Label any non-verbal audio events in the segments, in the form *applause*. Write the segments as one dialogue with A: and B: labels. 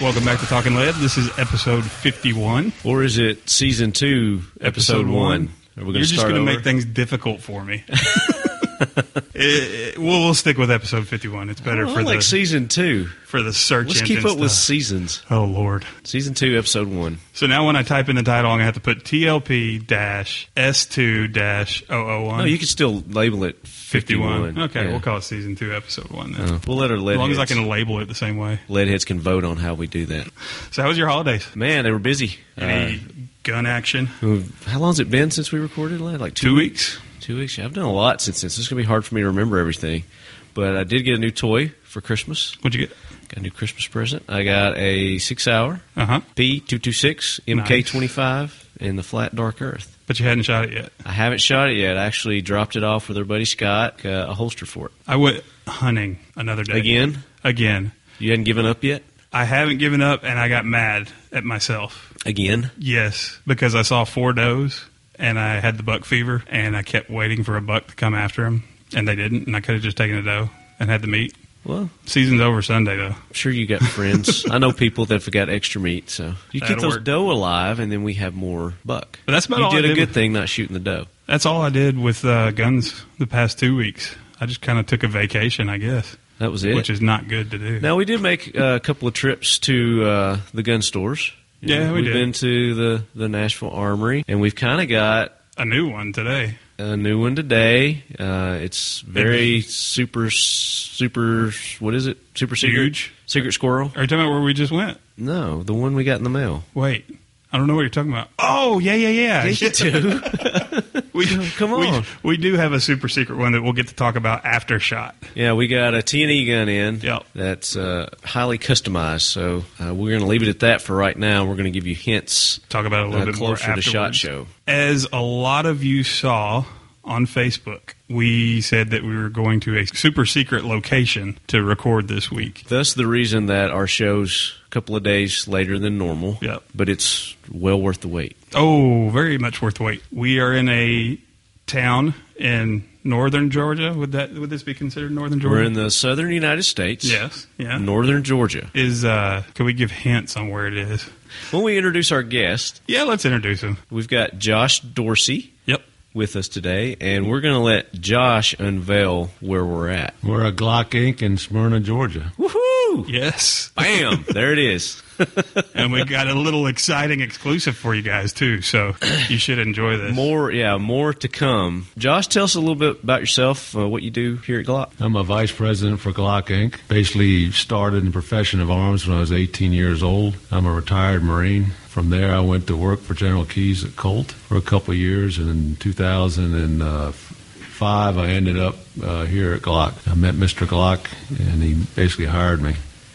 A: Welcome back to Talking Lead. This is episode 51.
B: Or is it season two, episode, one?
A: You're
B: Are we going to
A: just
B: start
A: gonna
B: over?
A: make things difficult for
B: *laughs*
A: me. Eh, eh, we'll, we'll stick with episode 51. It's better
B: Well, Oh, I
A: for,
B: like
A: the,
B: season two.
A: for the search
B: Let's
A: engine
B: keep up with
A: stuff.
B: seasons.
A: Oh, Lord.
B: Season two, episode one.
A: So now when I type in the title, I'm going to have to put TLP dash S2 dash 001.
B: No, you can still label it 51.
A: Okay,
B: Yeah.
A: we'll call it season 2, episode 1 then.
B: Uh, We'll let our lead
A: As long as I
B: heads-
A: can label it the same way.
B: lead heads can vote on how we do that.
A: So, how was your holidays?
B: Man, they were busy.
A: Any gun action?
B: Uh, how long's it been since we recorded last? Like two,
A: Two weeks.
B: Two weeks. Yeah, I've done a lot since then. So it's going to be hard for me to remember everything. But I did get a new toy for Christmas.
A: What'd you get?
B: Got a new Christmas present. I got a six-hour
A: Uh huh.
B: P226 MK25 and the Flat Dark Earth.
A: But you hadn't shot it yet.
B: I haven't shot it yet. I actually dropped it off with our buddy Scott, uh, a holster for it.
A: I went hunting another day.
B: Again?
A: Again.
B: You hadn't given up yet?
A: I haven't given up and I got mad at myself.
B: Again?
A: Yes, because I saw four does and I had the buck fever and I kept waiting for a buck to come after them and they didn't and I could have just taken a doe and had the meat.
B: Well,
A: Season's over Sunday though.
B: I'm sure you
A: *laughs*
B: got friends. I know people that have got extra meat, so you
A: That'll
B: keep those
A: work.
B: doe alive, and then we have more buck.
A: But that's about
B: you
A: all I
B: did a
A: did
B: good
A: with-
B: thing not shooting the doe.
A: That's all I did with uh, guns the past two weeks. I just kind of took a vacation, I guess,
B: That was it.
A: which is not good to do.
B: now we did make uh, a couple of trips to uh, the gun stores. You
A: Yeah,
B: know,
A: we did.
B: we've been to the the Nashville Armory, and we've kind of got
A: A new one today.
B: a new one today. Uh, it's very super super. What is it? Super secret.
A: Huge.
B: Secret squirrel.
A: Are you talking about where we just went?
B: No, the one we got in
A: *laughs*
B: the mail.
A: Wait. I don't know what you're talking about. Oh, yeah, yeah, yeah.
B: you
A: *laughs*
B: do.
A: We,
B: *laughs* Come
A: we-
B: on.
A: We, do have a super secret one that we'll get to talk about after shot.
B: *laughs* Yeah, we got a T&E gun in
A: Yep.
B: that's uh, highly customized. So uh, we're going to leave it at that for right now. We're going to give you hints.
A: Talk about it a little
B: Uh,
A: bit more
B: closer to
A: afterwards.
B: SHOT Show.
A: As a lot of you saw on Facebook, we said that we were going to a super secret location to record this week.
B: Thus, the reason that our show's a couple of days later than normal.
A: Yep.
B: But it's well worth the wait.
A: Oh, very much worth the wait. We are in a town in northern Georgia. Would that would this be considered northern Georgia?
B: We're in the southern United States.
A: yes, yeah.
B: Northern Georgia.
A: is uh, can we give hints on where it is?
B: When we introduce our guest,
A: Yeah, let's introduce him.
B: we've got Josh Dorsey
A: Yep.
B: with us today, and we're going to let Josh unveil where we're at.
C: We're a Glock Inc. in Smyrna, Georgia.
B: Woohoo!
A: Yes.
B: *laughs* Bam! there it is.
A: and we got a little exciting exclusive for you guys too. So you should enjoy this.
B: More, yeah, more to come. Josh, tell us a little bit about yourself, uh, what you do here at Glock.
C: I'm a vice president for Glock Inc. Basically started in the profession of arms when I was 18 years old. I'm a retired Marine. From there, I went to work for General Keys at Colt for a couple of years, and in 2005, uh, I ended up uh, here at Glock. I met Mr. Glock, and he basically hired me,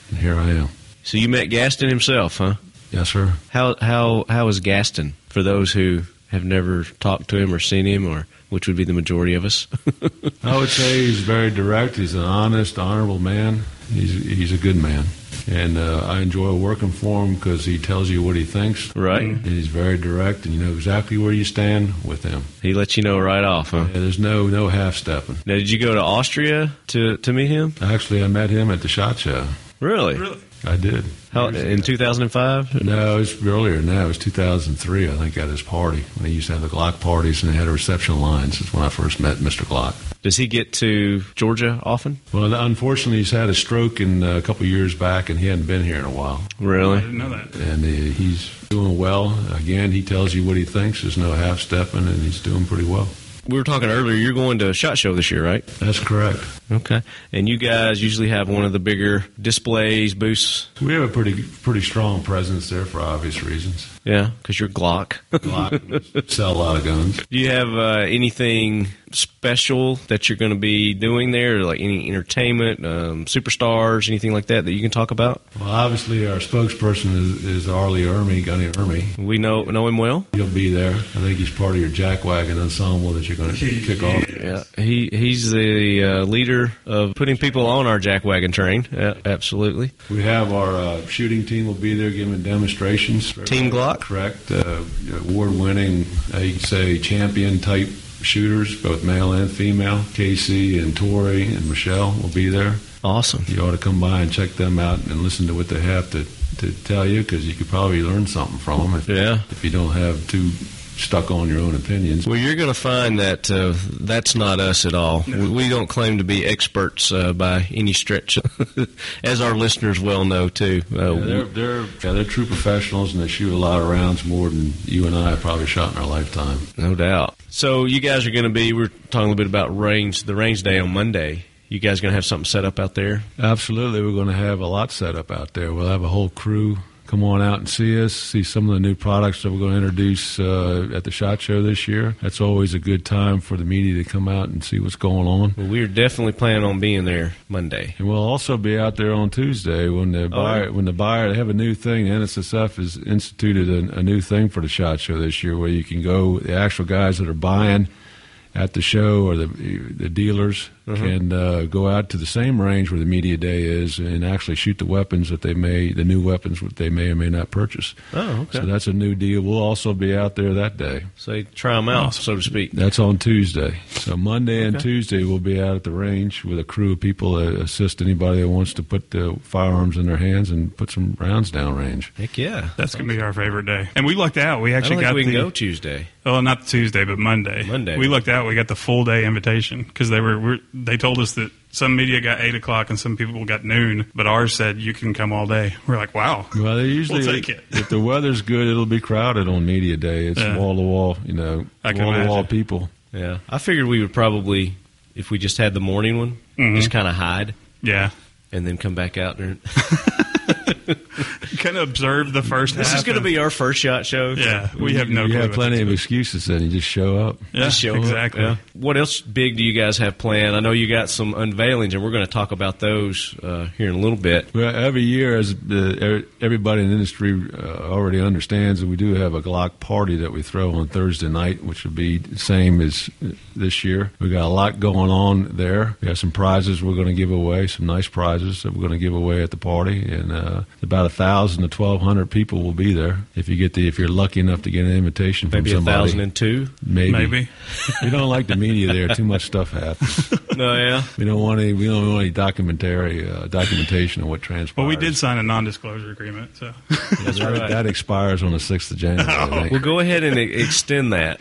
C: and here I am.
B: So you met Gaston himself, huh?
C: Yes, sir.
B: How how how is Gaston for those who have never talked to him or seen him, or which would be the majority of us? *laughs*
C: I would say he's very direct. He's an honest, honorable man. He's he's a good man, and uh, I enjoy working for him because he tells you what he thinks.
B: Right.
C: And he's very direct, and you know exactly where you stand with him.
B: he lets you know right off, huh?
C: Yeah, there's no no half stepping.
B: Now, did you go to Austria to to meet him?
C: Actually, I met him at the shot show.
B: Really?
A: Really?
C: I did.
B: How, in 2005?
C: No, it's earlier now. It was 2003, I think, at his party when they used to have the Glock parties and they had a reception lines. That's when I first met Mr. Glock.
B: Does he get to Georgia often?
C: Well, unfortunately, he's had a stroke in uh, a couple of years back, and he hadn't been here in a while.
A: I
B: Really?
A: didn't know that.
C: and uh, he's doing well. Again, he tells you what he thinks. There's no half stepping, and he's doing pretty well.
B: We were talking earlier. You're going to a Shot Show this year, right?
C: That's correct.
B: Okay. And you guys usually have one of the bigger displays, booths.
C: We have a pretty pretty strong presence there for obvious reasons.
B: Yeah, because you're *laughs* Glock.
C: Glock sell a lot of guns.
B: Do you have uh, anything special that you're going to be doing there, like any entertainment, um, superstars, anything like that that you can talk about?
C: Well, obviously, our spokesperson is, is Arlie Ermy, Gunny Ermy.
B: We know know him well.
C: He'll be there. I think he's part of your jackwagon ensemble that you're going to kick off.
B: Yeah, he he's the uh, leader of putting people on our jackwagon train. Yeah, absolutely.
C: We have our uh, shooting team will be there giving demonstrations.
B: Team Glock?
C: Correct. Uh, award-winning, uh, you could say, champion-type shooters, both male and female. Casey and Tori and Michelle will be there.
B: Awesome.
C: You ought to come by and check them out and listen to what they have to to tell you because you could probably learn something from them if,
B: Yeah.
C: if you don't have too stuck on your own opinions.
B: Well, you're going to find that uh, that's not us at all. We, we don't claim to be experts uh, by any stretch, *laughs* as our listeners well know too. Uh,
C: Yeah, they're, they're, yeah, they're true professionals and they shoot a lot of rounds more than you and I have probably shot in our lifetime.
B: No doubt. So you guys are going to be. We're talking a little bit about range. The range day on Monday. You guys going to have something set up out there?
C: Absolutely. We're going to have a lot set up out there. We'll have a whole crew come on out and see us, see some of the new products that we're going to introduce uh, at the SHOT Show this year. That's always a good time for the media to come out and see what's going on.
B: Well, we are definitely planning on being there Monday.
C: And we'll also be out there on Tuesday when the buyer
B: Oh, yeah.
C: when the buyer they have a new thing. The NSSF has instituted a, a new thing for the shot show this year, where you can go. The actual guys that are buying at the show or the the dealers
B: Mm-hmm.
C: can uh, go out to the same range where the media day is and actually shoot the weapons that they may the new weapons that they may or may not purchase.
B: Oh, okay.
C: So that's a new deal. We'll also be out there that day.
B: So try them out, so to speak.
C: That's on Tuesday. So Monday and
B: Okay.
C: Tuesday we'll be out at the range with a crew of people that assist anybody that wants to put the firearms in their hands and put some rounds down range.
B: Heck yeah!
A: That's gonna be our favorite day. And we lucked out. We
B: I don't
A: actually
B: think
A: got
B: we can
A: the
B: go Tuesday.
A: oh, not Tuesday, but Monday.
B: Monday.
A: We lucked out. We got the full day invitation because they were, were they told us that some media got eight o'clock and some people got noon, but ours said you can come all day. We're like, wow.
C: Well, they usually
A: We'll take it.
C: if the weather's good, it'll be crowded on media day. It's
A: Yeah.
C: wall to wall, you know,
A: I can
C: wall to wall
A: imagine.
C: people.
B: Yeah, I figured we would probably, if we just had the morning one, just kind of hide
A: Yeah.
B: and then come back out. There.
A: Kind of observed the first.
B: This is
A: half
B: going to
A: and-
B: be our first shot show.
A: Yeah, we have no.
C: You
A: clue
C: have
A: what
C: plenty
A: to
C: of
A: do.
C: excuses then. You just show up.
A: Yeah,
B: Just show up.
A: exactly.
B: Yeah. What else big do you guys have planned? I know you got some unveilings, and we're going to talk about those uh, here in a little bit.
C: Well, every year, as the, er- everybody in the industry uh, already understands, we do have a Glock party that we throw on Thursday night, which will be the same as uh, this year. We got a lot going on there. We have some prizes we're going to give away, some nice prizes that we're going to give away at the party, and uh, about a thousand to twelve hundred people will be there. If you get the, if you're lucky enough to get an invitation
B: Maybe a
C: from somebody,
B: thousand and two.
C: maybe.
A: Maybe.
C: *laughs* we don't like the media there. Too much stuff happens.
B: No, yeah.
C: We don't want any. We don't want any documentary uh, documentation of what transpired.
A: Well, we did sign a non-disclosure agreement, so *laughs*
C: That-
B: right. Oh.
C: That expires on the 6th of January.
B: *laughs*
C: I
B: We'll
C: think.
B: go ahead and e- *laughs* extend that,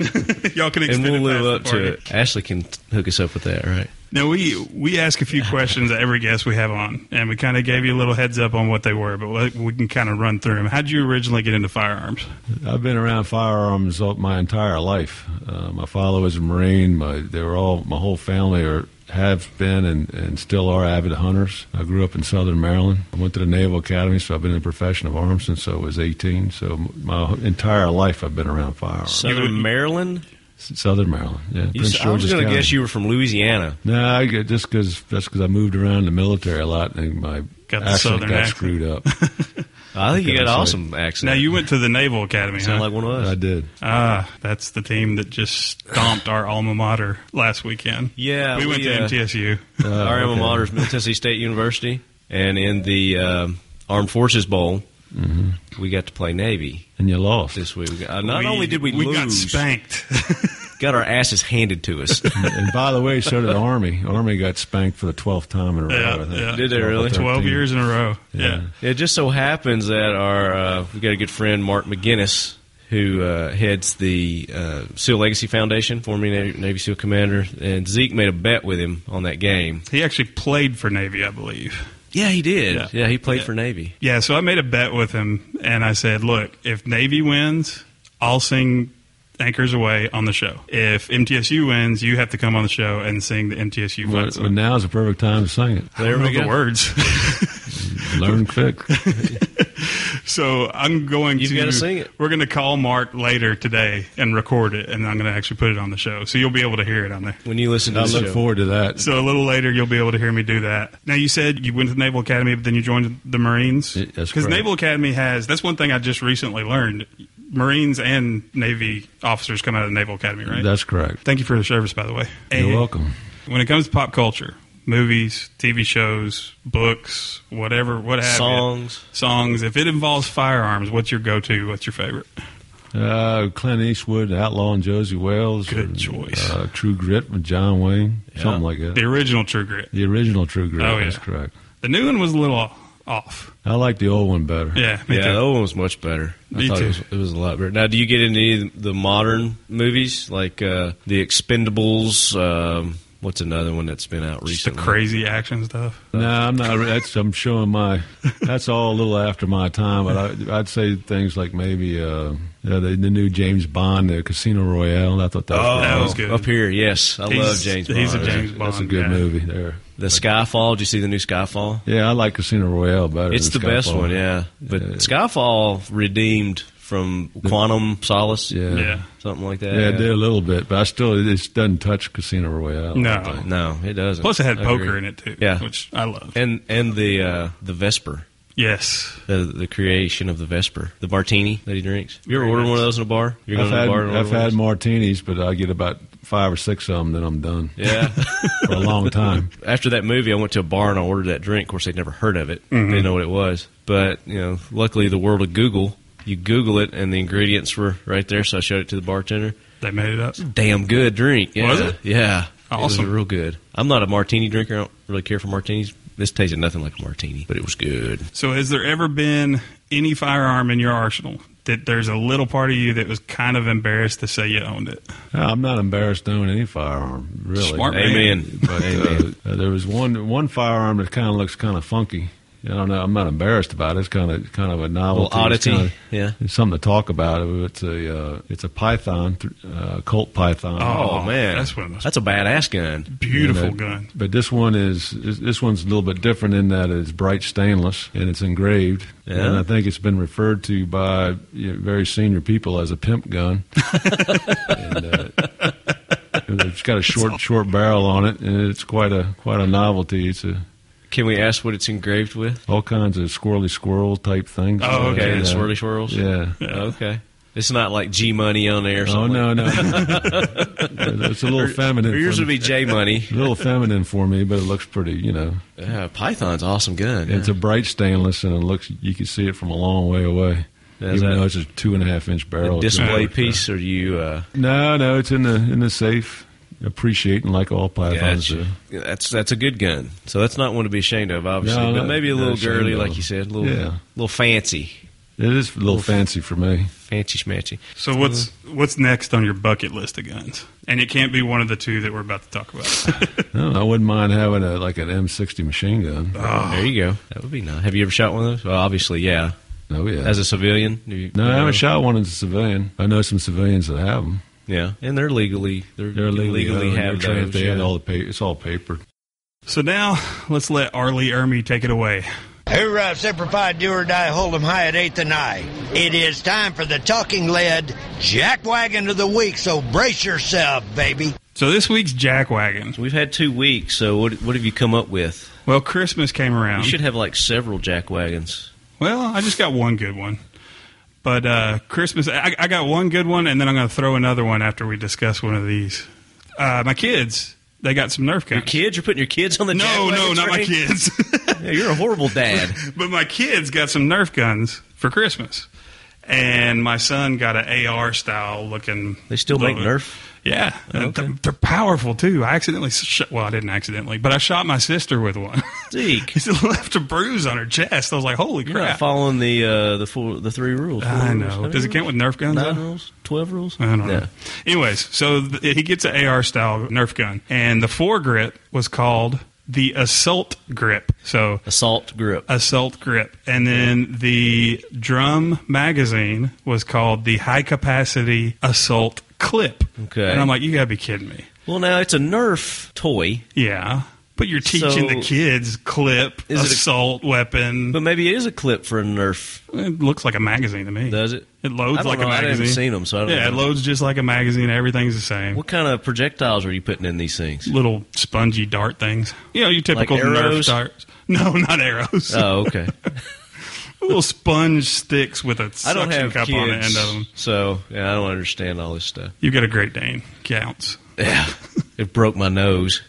A: y'all can
B: and
A: extend
B: we'll
A: it past
B: live
A: the
B: up to
A: party.
B: it. Ashley can t- hook us up with that, right?
A: Now we we ask a few questions to every guest we have on, and we kind of gave you a little heads up on what they were, but we- we can kind of run through them. How would you originally get into firearms?
C: I've been around firearms all my entire life. Uh, my father was a Marine. My, they were all, my whole family are, have been and, and still are avid hunters. I grew up in southern Maryland. I went to the Naval Academy, so I've been in the profession of arms since I was 18. So my entire life I've been around firearms.
B: Southern Maryland.
C: Southern Maryland, yeah.
B: You, s- I was
C: George's
B: going to
C: County.
B: guess you were from Louisiana.
C: No, I get, just because that's because I moved around the military a lot and my
A: Got the
C: accent
A: southern
C: got
A: accent.
B: *laughs*
C: screwed up.
B: I think you
C: Okay,
B: got an
C: I'm
B: awesome accent.
A: Now you went to the Naval Academy, huh?
B: sound like one of us.
C: I did.
A: ah, that's the team that just stomped our alma mater last weekend.
B: Yeah,
A: we went
B: we,
A: to
B: uh,
A: MTSU.
B: Our alma
C: okay.
B: mater is Middle Tennessee State University, and in the um Armed Forces Bowl, we got to play Navy
C: And you lost.
B: this week. We got- uh, not
A: We-
B: only did we,
A: we
B: lose,
A: got spanked.
B: got our asses handed to us.
C: and by the way, so did the Army. Army got spanked for the twelfth time in a row.
A: Yeah,
C: I think.
A: yeah.
B: Did they really?
A: 12
C: 13.
A: years in a row.
C: Yeah.
A: Yeah.
B: It just so happens that our uh, we got a good friend Mark McGinnis who uh, heads the uh, SEAL Legacy Foundation, former Navy, Navy SEAL commander, and Zeke made a bet with him on that game.
A: He actually played for Navy, I believe.
B: Yeah, he did. Yeah,
A: Yeah.
B: he played
A: Yeah.
B: for Navy.
A: Yeah, so I made a bet with him, and I said, "Look, if Navy wins, I'll sing "Anchors Away" on the show. If MTSU wins, you have to come on the show and sing the MTSU fight
C: But, but
A: song."
C: now is the perfect time to sing it.
A: I
B: There
A: don't
B: we
A: know
B: go.
A: the
B: *laughs*
A: words.
C: Learn quick.
A: *laughs* so I'm going
B: You've
A: to.
B: gotta sing it.
A: We're going to call Mark later today and record it, and I'm going to actually put it on the show, so you'll be able to hear it on there.
B: When you listen to
C: I
B: the
C: look
B: show.
C: forward to that.
A: So a little later, you'll be able to hear me do that. Now, you said you went to the Naval Academy, but then you joined the Marines.
C: Y- that's
A: Because
C: correct.
A: Naval Academy has that's one thing I just recently learned. Marines and Navy officers come out of the Naval Academy, right?
C: That's correct.
A: Thank you for the service, by the way.
C: You're
A: And
C: welcome.
A: When it comes to pop culture, movies, TV shows, books, whatever, what have
B: Songs.
A: you, songs. If it involves firearms, what's your go-to? What's your favorite?
C: Uh, Clint Eastwood, Outlaw and Josie Wales.
A: Good
C: or,
A: choice.
C: Uh, True Grit with John Wayne. Something like that.
A: The original True Grit.
C: The original True Grit.
A: Oh, yeah.
C: That's correct.
A: The new one was a little off.
C: I like the old one better.
A: Yeah, me
B: yeah,
A: too.
B: that old one was much better. I
A: Me
B: thought
A: too.
B: It was, it was a lot better. Now, do you get into any of the modern movies like uh, the Expendables? Um, what's another one that's been out
A: Just the
B: recently?
A: crazy action stuff.
C: No, I'm not. That's I'm showing my. That's all a little after my time, but I, I'd say things like maybe uh, you know, the, the new James Bond, the Casino Royale. I thought that was,
B: Oh,
A: That was good.
B: Up here, yes, I
A: He's-
B: love James Bond.
A: he's a James
C: that's a
A: Bond
C: good
A: guy.
C: movie there.
B: The Skyfall. Did you see the new Skyfall?
C: Yeah, I like Casino Royale better.
B: It's the
C: than
B: best
C: Skyfall.
B: one, yeah. But
C: Yeah.
B: Skyfall redeemed from Quantum Solace,
C: Yeah.
A: Yeah.
B: something like that.
C: Yeah, it did a little bit, but I still it just doesn't touch Casino Royale. I
A: No.
C: think.
B: No, it doesn't.
A: Plus, it had
B: I
A: poker
B: agree.
A: in it too.
B: Yeah.
A: which I love.
B: and and the uh, the Vesper,
A: Yes,
B: the, the creation of the Vesper, the martini that he drinks. You ever order one of those in a bar? You're
C: I've
B: to
C: had
B: the bar and order
C: I've
B: one
C: had
B: of those?
C: martinis, but I get about five or six of them, then I'm done
B: Yeah. *laughs*
C: for a long time.
B: After that movie, I went to a bar and I ordered that drink. Of course, they'd never heard of it.
A: Mm-hmm.
B: They didn't know what it was. But, you know, luckily the world of Google, you Google it and the ingredients were right there. So I showed it to the bartender.
A: they made it up.
B: Damn good drink. Yeah.
A: Was it?
B: Yeah. It
A: Awesome.
B: was real good. I'm not a martini drinker. I don't really care for martinis. This tasted nothing like a martini, but it was good.
A: So, has there ever been any firearm in your arsenal that there's a little part of you that was kind of embarrassed to say you owned it?
C: I'm not embarrassed to own any firearm, really.
A: Smart man.
B: Amen.
C: But uh,
B: Amen.
C: uh, there was one one firearm that kind of looks kind of funky. I don't know. I'm not embarrassed about it. It's kind of kind of
B: A
C: a
B: little
C: novelty. It's
B: oddity.
C: kinda-
B: yeah.
C: it's something to talk about. It's a uh, it's a python, th- uh, Colt python.
A: Oh,
B: Oh, man.
A: that's one of those-
B: That's a badass gun.
A: Beautiful
C: And, uh,
A: gun.
C: But this one is is- this one's a little bit different in that it's bright stainless and it's engraved.
B: Yeah.
C: And I think it's been referred to by you know, very senior people as a
A: *laughs*
C: pimp gun. and, uh, it's got a short short barrel on it, and it's quite a quite a novelty. It's a,
B: Can we ask what it's engraved with?
C: all kinds of squirrely squirrel type things.
A: Oh, okay.
B: Okay.
A: Yeah.
B: The
C: Uh,
B: swirly swirls?
C: *laughs* Yeah.
B: Okay. It's not like G Money on there or
C: Oh
B: something.
C: no no! *laughs* it's a little feminine.
B: *laughs* Or yours
C: for
B: would
C: me.
B: be J Money.
C: a little feminine for me, but it looks pretty. You know,
B: Yeah, Python's an awesome gun.
C: It's a bright stainless, and it looks you can see it from a long way away.
B: Yeah, is
C: even
B: that-
C: though it's a two and a half inch barrel,
B: a display
C: It's in there.
B: piece, or you? Uh,
C: No, no, it's in the in the safe, appreciating like all pythons
B: gotcha.
C: do.
B: Yeah, that's that's a good gun. So that's not one to be ashamed of, obviously.
C: No,
B: but
C: no,
B: maybe a
C: not
B: little
C: ashamed
B: girly,
C: of.
B: like you said, a little,
C: Yeah.
B: little fancy,
C: It is a little fancy for me.
B: fancy schmancy.
A: So, what's what's next on your bucket list of guns? And it can't be one of the two that we're about to talk
B: *laughs*
A: about.
C: I, don't know, I wouldn't mind having a like an M60 machine gun.
B: There you go. That would be nice. Have you ever shot one of those? Well, obviously, yeah.
C: Oh yeah.
B: As a uh, civilian, you,
C: no,
B: you
C: I
B: know,
C: haven't shot one as a civilian. I know some civilians that have them.
B: Yeah, and they're legally they're,
C: They're
B: you can
C: legally,
B: legally
C: owned.
B: have
C: They're trans-
B: those.
C: They had
B: yeah.
C: all the pa- it's all paper.
A: so now let's let Arlie Ermy take it away.
D: Hoorah, Semper Fi, uh, do or die, hold 'em high at eighth and I. It is time for the talking lead jackwagon of the week, so brace yourself, baby.
A: So this week's jackwagon.
B: We've had two weeks, so what what have you come up with?
A: Well, Christmas came around.
B: You
C: Um,
B: should have like several jack wagons.
A: Well, I just got one good one. But uh, Christmas, I, I got one good one, and then I'm going to throw another one after we discuss one of these. Uh, my kids, they got some Nerf
B: Your
A: guns.
B: kids? You're putting your kids on the
A: no,
B: jackwagon
A: no, not my
B: train?
A: kids. *laughs*
B: Yeah, you're a horrible dad.
C: *laughs*
A: but my kids got some Nerf guns for Christmas, and my son got an AR style looking.
B: They still make
A: little-
B: Nerf?
A: Yeah,
B: Oh,
A: And
B: okay.
A: they're, they're powerful too. I accidentally shot. Well, I didn't accidentally, but I shot my sister with one. *laughs*
B: Zeke.
A: She left a bruise on her chest. I was like, "Holy
B: You're not
A: crap!"
B: following the uh, the four, the three rules. Four
A: I
B: rules,
A: know.
B: seven
A: Does it count with Nerf guns?
B: rules,
A: though?
B: Nine rules, twelve rules.
A: I don't
B: Yeah.
A: know. Anyways, so th- he gets an AR style Nerf gun, and the foregrip was called the assault grip. So
B: Assault grip.
A: assault grip, and then the drum magazine was called the high capacity assault clip.
B: Okay.
A: and I'm like, you gotta be kidding me.
B: Well, now it's a Nerf toy,
A: Yeah, but you're teaching
B: So-
A: the kids clip
B: Is it a-
A: assault weapon.
B: but maybe it is a clip for a Nerf.
A: it looks like a magazine to me.
B: Does it?
A: It loads
B: I don't
A: like
B: know.
A: a
B: I haven't
A: magazine.
B: seen 'em, so I don't
A: yeah,
B: know.
A: it loads just like a magazine. Everything's the same.
B: What kind of projectiles are you putting in
A: *laughs*
B: these things?
A: little spongy dart things. You know, your typical
B: arrows?
A: Nerf darts. No, *laughs* not arrows.
B: Oh, okay.
A: little sponge sticks with a
B: I don't
A: suction
B: have
A: cup
B: kids,
A: on the end of them.
B: so yeah, I don't understand all this stuff.
A: You get a Great Dane. Counts.
B: Yeah, it broke
A: *laughs*
B: my nose.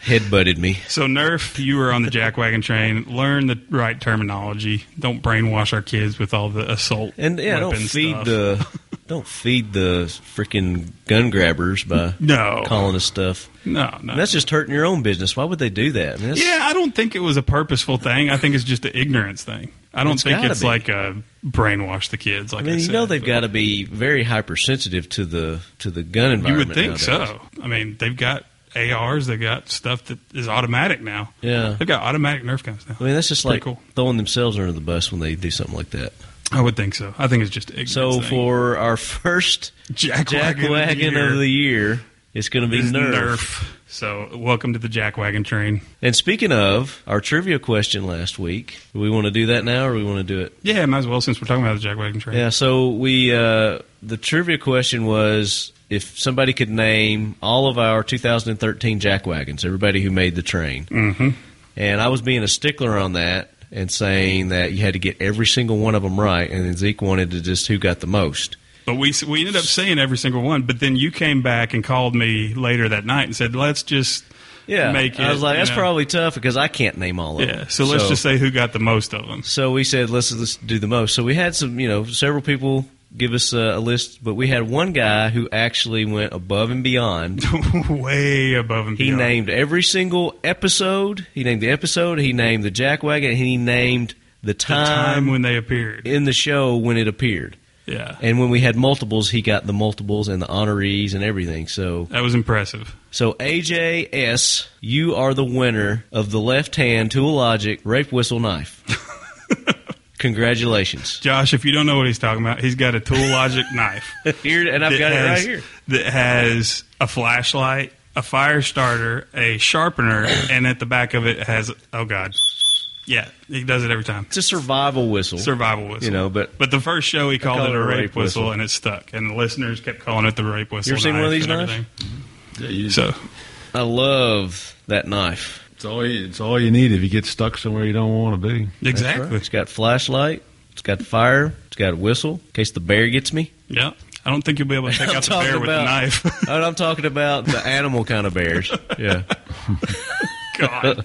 B: Head butted me.
A: So, Nerf, you were on the jackwagon train. Learn the right terminology. Don't brainwash our kids with all the assault
B: And yeah,
A: weapon
B: don't feed
A: *laughs* stuff.
B: the Don't feed the freaking gun grabbers by
A: No.
B: calling us stuff.
A: No, no.
B: And that's just hurting your own business. Why would they do that? I mean, that's-
A: yeah, I don't think it was a purposeful thing. I think it's just an ignorance thing. I don't
B: It's
A: think
B: gotta
A: it's
B: be.
A: like a brainwash the kids.
B: I
A: Like I,
B: mean, you
A: said,
B: know they've
A: but
B: got to be very hypersensitive to the to the gun
A: You
B: environment.
A: would think
B: nowadays.
A: so. I mean, they've got ARs. They've got stuff that is automatic now.
B: Yeah.
A: they've got automatic Nerf guns now.
B: I mean, that's just
A: Pretty
B: like
A: cool.
B: throwing themselves under the bus when they do something like that.
A: I would think so. I think it's just an ignorance.
B: So
A: thing.
B: for our first
A: Jack Wagon of the
B: Wagon
A: year.
B: of the year, it's going to be
A: It's
B: Nerf.
A: Nerf. So welcome to the Jack Wagon train.
B: And speaking of our trivia question last week, do we want to do that now, or we want to do it?
A: Yeah, might as well since we're talking about the Jack Wagon train.
B: Yeah. So we uh, the trivia question was if somebody could name all of our 2013 Jack Wagons, everybody who made the train.
A: Mm-hmm.
B: And I was being a stickler on that and saying that you had to get every single one of them right. And then Zeke wanted to just who got the most.
A: But we we ended up saying every single one. But then you came back and called me later that night and said, "Let's just
B: Yeah.
A: make it."
B: I was like,
A: you
B: that's
A: know.
B: probably tough because I can't name all of them.
A: yeah. So let's just say who got the most of them.
B: So we said, let's, let's do the most. So we had some, you know, several people give us uh, a list, but we had one guy who actually went above and beyond.
A: *laughs* Way above and
B: He
A: beyond.
B: named every single episode. He named the episode. He named the Jack Wagon. He named the
A: the time
B: time,
A: when they appeared.
B: in the show when it appeared.
A: yeah,
B: And when we had multiples, he got the multiples and the honorees and everything. So,
A: that was impressive.
B: so AJS, you are the winner of the left hand tool logic rape whistle
A: *laughs*
B: knife. Congratulations!
A: Josh, if you don't know what he's talking about, he's got a Tool Logic *laughs* knife.
B: Here, and I've
A: that
B: got it right
A: has-
B: here.
A: That has a flashlight, a fire starter, a sharpener, and at the back of it has oh god, yeah, he does it every time.
B: It's a survival whistle.
A: Survival whistle,
B: You know, but
A: But the first show he called
B: call
A: it a rape, whistle, and it stuck, and the listeners kept calling it the rape whistle.
B: ever seen one of
A: knife
B: these
A: and
B: knives?
A: everything.
C: Yeah, you just-
A: So
B: I love that knife.
C: it's, all you, it's all you need if you get stuck somewhere you don't want to be.
A: exactly,
B: It's got flashlight. It's got fire. It's got a whistle in case the bear gets me.
A: yeah. I don't think you'll be able
B: *laughs*
A: to take
B: I'm
A: out the bear
B: talking
A: with a
B: about-
A: knife.
B: *laughs* Oh, I'm talking about the animal kind of bears. Yeah.
A: *laughs* God,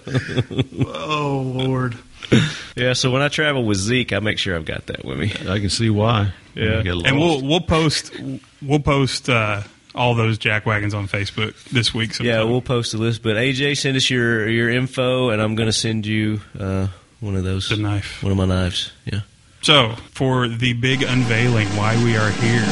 A: oh lord.
B: *laughs* Yeah, so when I travel with Zeke, I make sure I've got that with me.
C: *laughs* I can see why.
B: Yeah.
C: You get
A: And
C: lost.
A: we'll we'll post we'll post uh, all those jack wagons on Facebook this week. Sometime.
B: Yeah, we'll post the list. But AJ, send us your your info, and I'm going to send you uh, one of those,
A: the knife.
B: one of my knives. Yeah,
A: So for the big unveiling, why we are here,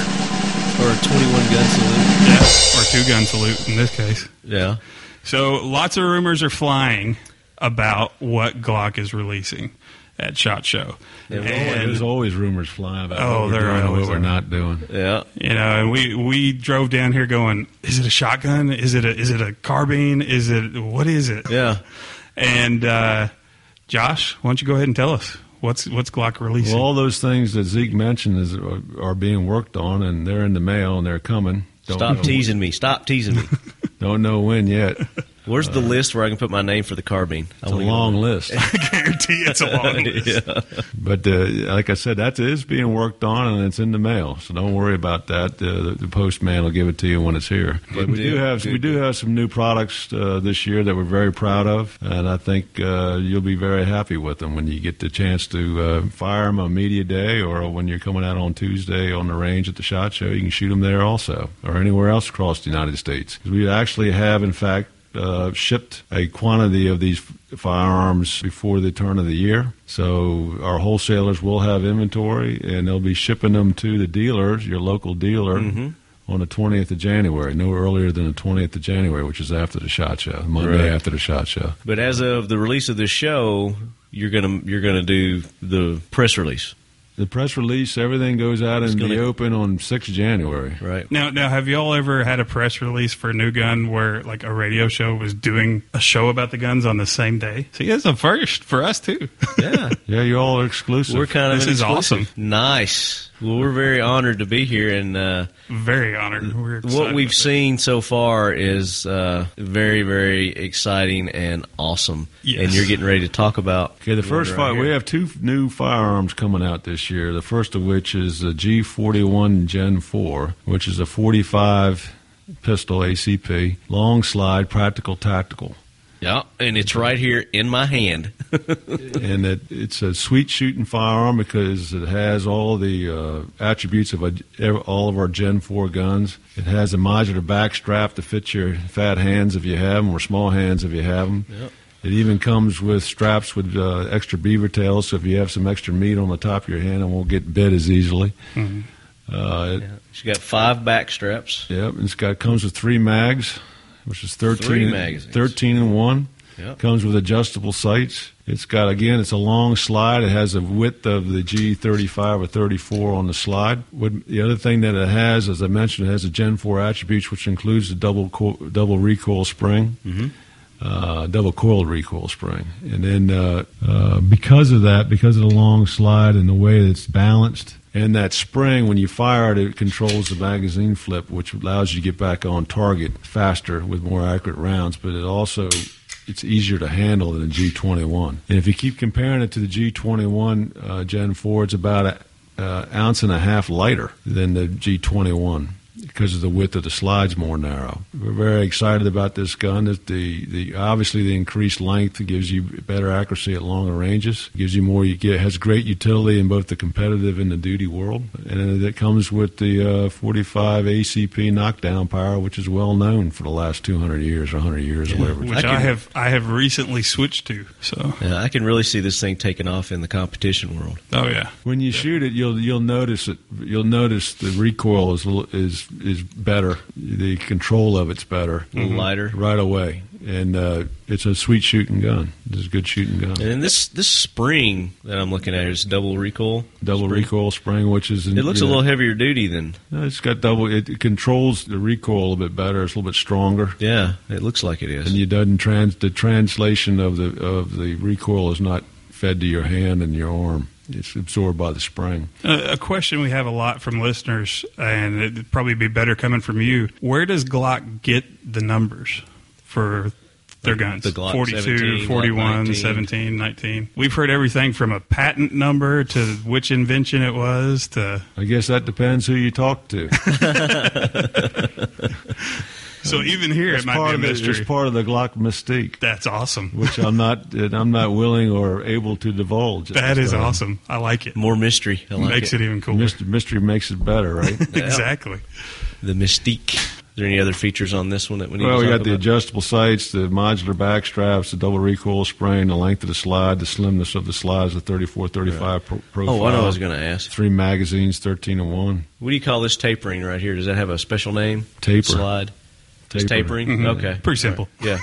B: or a 21 gun salute.
A: yeah, or two gun salute in this case.
B: Yeah,
A: So lots of rumors are flying about what Glock is releasing at Shot Show.
B: Yeah, well,
A: And-
C: There's always rumors flying about
A: Oh,
C: what we're
A: there
C: doing and
A: always
C: what we're
A: are.
C: not doing.
B: yeah.
A: You know, and we we drove down here going, is it a shotgun? Is it a is it a carbine? Is it what is it?
B: Yeah.
A: And uh, Josh, why don't you go ahead and tell us what's what's Glock releasing?
C: Well, all those things that Zeke mentioned is are, are being worked on, and they're in the mail, and they're coming. Don't
B: Stop
C: know,
B: teasing me. Stop
C: *laughs*
B: teasing me.
C: Don't know
B: *laughs*
C: when yet. It's
B: Where's the list where I can put my name for the carbine? I
C: a
B: wanna get
C: long
B: one.
C: list,
A: *laughs* I guarantee it's a *laughs* long list.
B: yeah.
C: but uh, like I said, that is being worked on, and it's in the mail. So don't worry about that. Uh, the, the postman will give it to you when it's here. But we
B: Good
C: do
B: deal.
C: have we
B: Good
C: do have some new products uh, this year that we're very proud of, and I think uh, you'll be very happy with them when you get the chance to uh, fire them on media day, or when you're coming out on Tuesday on the range at the shot show. You can shoot them there also, or anywhere else across the United States. We actually have, in fact. Uh, shipped a quantity of these f- firearms before the turn of the year. So, our wholesalers will have inventory and they'll be shipping them to the dealers, your local dealer,
B: Mhm.
C: on the 20th of January, no earlier than the 20th of January, which is after the shot show, Monday
B: Right.
C: after the shot show.
B: But as of the release of this show, you're gonna you're gonna do the press release,
C: The press release, everything goes out
B: It's
C: in the
B: gonna-
C: open on 6th January.
A: *laughs*
B: right?
A: Now, now, have y'all ever had a press release for a new gun where like a radio show was doing a show about the guns on the same day? See, that's a first for us too.
B: Yeah.
C: Yeah, you all are exclusive.
B: We're kind of
A: This
B: an
A: is
B: exclusive.
A: awesome.
B: Nice. Well, we're very honored to be here, and uh,
A: Very honored. We're excited
B: what we've
A: about
B: seen so far is uh, very, very exciting and awesome.
A: Yes.
B: And you're getting ready to talk about.
C: Okay, the
B: one
C: first
B: right
C: fire.
B: here.
C: We have two f- new firearms coming out this year. The first of which is the G41 Gen 4, which is a 45 pistol ACP, long slide, practical, tactical.
B: Yeah, and it's right here in my hand.
C: and it, it's a sweet shooting firearm because it has all the uh, attributes of a, all of our Gen 4 guns. It has a modular back strap to fit your fat hands if you have them, or small hands if you have them.
B: Yep.
C: It even comes with straps with uh, extra beaver tails, so if you have some extra meat on the top of your hand, it won't get bit as easily.
A: Mhm.
C: Uh, it,
B: She's got five back straps.
C: Yep, and it's got comes with three mags, which is thirteen.
B: Three magazines.
C: Thirteen and one.
B: Yep.
C: Comes with adjustable sights. It's got again. It's a long slide. It has a width of the G35 or 34 on the slide. What, the other thing that it has, as I mentioned, it has a Gen 4 attributes, which includes the double co- double recoil spring,
B: Mhm.
C: uh, double coiled recoil spring, and then uh, uh, because of that, because of the long slide and the way that it's balanced, and that spring, when you fire it, it controls the magazine flip, which allows you to get back on target faster with more accurate rounds. But it also it's easier to handle than a G21. And if you keep comparing it to the G21 uh, Gen 4, it's about an uh, ounce and a half lighter than the G21 because of the width of the slides more narrow. We're very excited about this gun. That the the obviously the increased length gives you better accuracy at longer ranges. Gives you more. You get has great utility in both the competitive and the duty world. And it comes with the uh, 45 ACP knockdown power, which is well known for the last 200 years or 100 years or whatever.
A: which
B: I
A: I,
B: can-
A: have I have recently switched to. So
B: Yeah, I can really see this thing taking off in the competition world.
A: oh yeah,
C: When you shoot it, you'll you'll notice it. You'll notice the recoil is a little- is is better. The control of it's better. Mm-hmm.
B: A little lighter.
C: right away, and uh, it's a sweet shooting gun. It's a good shooting gun.
B: And then this this spring that I'm looking at is double recoil.
C: Double recoil spring, which is in,
B: It looks a
C: yeah.
B: little heavier duty than
C: No, It's got double. It, it controls the recoil a bit better. It's a little bit stronger,
B: yeah. It looks like it
C: and
B: is.
C: you doesn't trans. The translation of the of the recoil is not fed to your hand and your arm. It's absorbed by the spring.
A: Uh, a, a question we have a lot from listeners, and it'd probably be better coming from you. Where does Glock get the numbers for? Their
B: The-
A: guns,
B: the Glock
A: 42,
B: 17, Glock
A: 41,
B: 19.
A: 17, 19. We've heard everything from a patent number to which invention it was to
C: I guess that depends who you talk to.
A: So even here,
C: It's
A: it might be
C: part
A: a
C: of the- it's
A: mystery.
C: part of the Glock mystique.
A: That's awesome.
C: which I'm not that I'm not willing or able to divulge. at
A: That
C: this
A: is
C: time.
A: awesome. I like it.
B: More mystery. I like
A: Makes it. even cooler.
C: Mystery, mystery makes it better, right?
A: *laughs*
C: *laughs*
A: Exactly.
B: The mystique. Is there any other features on this one that we need
C: well,
B: to
C: we
B: talk
C: got the
B: about?
C: adjustable sights, the modular back straps, the double recoil spring, the length of the slide, the slimness of the slides, the 34, 35 pro- profile.
B: Oh, what I was going to ask.
C: Three magazines, 13 and one.
B: What do you call this tapering right here? Does that have a special name?
C: Taper. Mm-hmm.
B: Slide. Just tapering? Okay.
A: Pretty simple.
B: Yeah.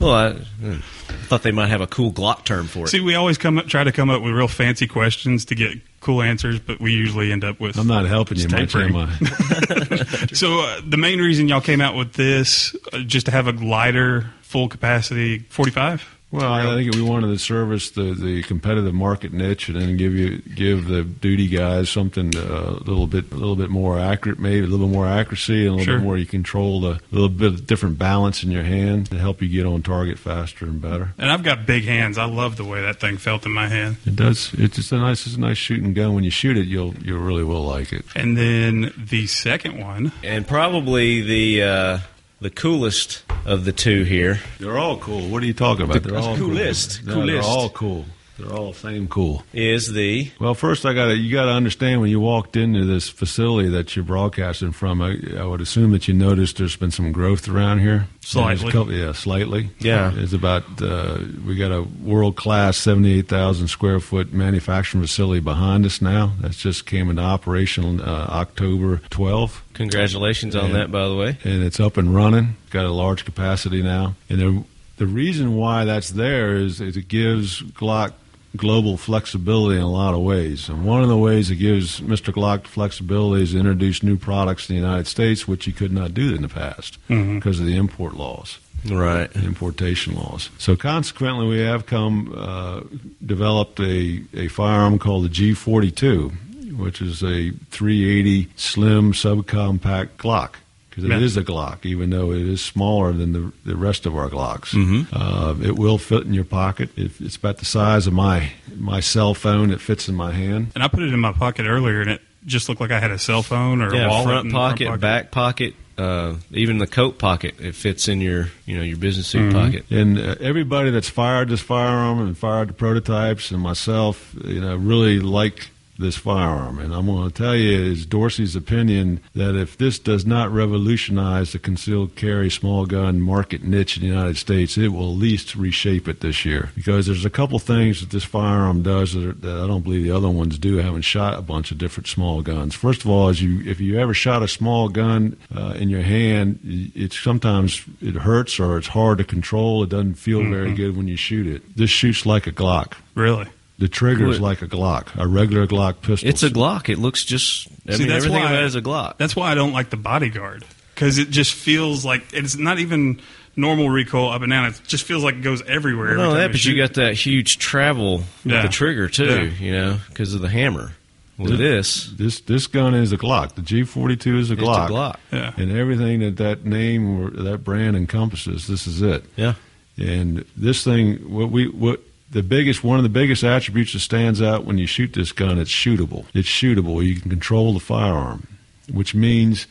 B: well, I, hmm. I thought they might have a cool Glock term for it.
A: See, we always come up, try to come up with real fancy questions to get cool answers, but we usually end up with.
C: I'm not helping you
A: It's
C: much,
A: tapering.
C: am I?
A: So uh, the main reason y'all came out with this, uh, just to have a lighter, full capacity 45.
C: Well, I think we wanted to service the, the competitive market niche, and then give you give the duty guys something uh, a little bit a little bit more accurate, maybe a little bit more accuracy, and a little
A: Sure.
C: bit more you control the little bit of different balance in your hand to help you get on target faster and better.
A: And I've got big hands. I love the way that thing felt in my hand.
C: It does. It's just a nice it's a nice shooting gun. When you shoot it, you'll you really will like it.
A: And then the second one,
B: and probably the uh, the coolest of the two here.
C: They're all cool. What are you talking about? They're
B: That's
C: all
B: coolest.
C: Cool. No, they're
B: Coolest.
C: all cool. They're all same cool.
B: is the
C: Well, first I got to you got to understand when you walked into this facility that you're broadcasting from. I, I would assume that you noticed there's been some growth around here.
A: Slightly.
C: There's a couple- yeah, slightly.
B: Yeah.
C: it's about uh, we got a world class 78,000 square foot manufacturing facility behind us now. That's just came into operation uh, October 12th
B: congratulations on
C: Yeah.
B: that by the way
C: and it's up and running. Got a large capacity now, and the the reason why that's there is is it gives Glock global flexibility in a lot of ways. And one of the ways it gives Mr. Glock flexibility is to introduce new products in the United States, which he could not do in the past because of the import laws
B: right
C: importation laws. So consequently, we have come uh, developed a, a firearm called the G42, which is a 380 slim subcompact Glock. Because it
A: Yeah.
C: is a Glock, even though it is smaller than the, the rest of our Glocks.
B: Mhm.
C: Uh, it will fit in your pocket. It, it's about the size of my my cell phone. It fits in my hand.
A: and I put it in my pocket earlier, and it just looked like I had a cell phone or a
B: yeah
A: wallet
B: front
A: in the
B: pocket,
A: front
B: back pocket uh, even the coat pocket. It fits in your you know your business suit pocket.
C: And uh, everybody that's fired this firearm and fired the prototypes and myself, you know, really like this firearm. And I'm going to tell you is Dorsey's opinion that if this does not revolutionize the concealed carry small gun market niche in the United States, it will at least reshape it this year. Because there's a couple things that this firearm does that, are, that I don't believe the other ones do, having shot a bunch of different small guns. First of all, is you if you ever shot a small gun uh, in your hand, it's sometimes it hurts or it's hard to control. It doesn't feel very good when you shoot it. This shoots like a Glock.
A: Really?
C: The trigger is
B: Good.
C: like a Glock, a regular Glock pistol.
B: It's a Glock. It looks just. I
A: See,
B: mean,
A: that's
B: everything
A: why-
B: about it is a Glock.
A: That's why I don't like the bodyguard because it just feels like it's not even normal recoil up and down. It just feels like it goes everywhere.
B: Not
A: every
B: only
A: time
B: that, but you
A: shoot.
B: got that huge travel
A: Yeah.
B: with the trigger too. You know, because of the hammer. With
C: Th-
B: this,
C: This this gun is a Glock. The G42 is a
B: it's
C: Glock.
B: a Glock.
A: Yeah.
C: And everything that that name or that brand encompasses, this is it.
B: Yeah.
C: And this thing, what we what the biggest one of the biggest attributes that stands out when you shoot this gun, it's shootable. It's shootable. You can control the firearm, which means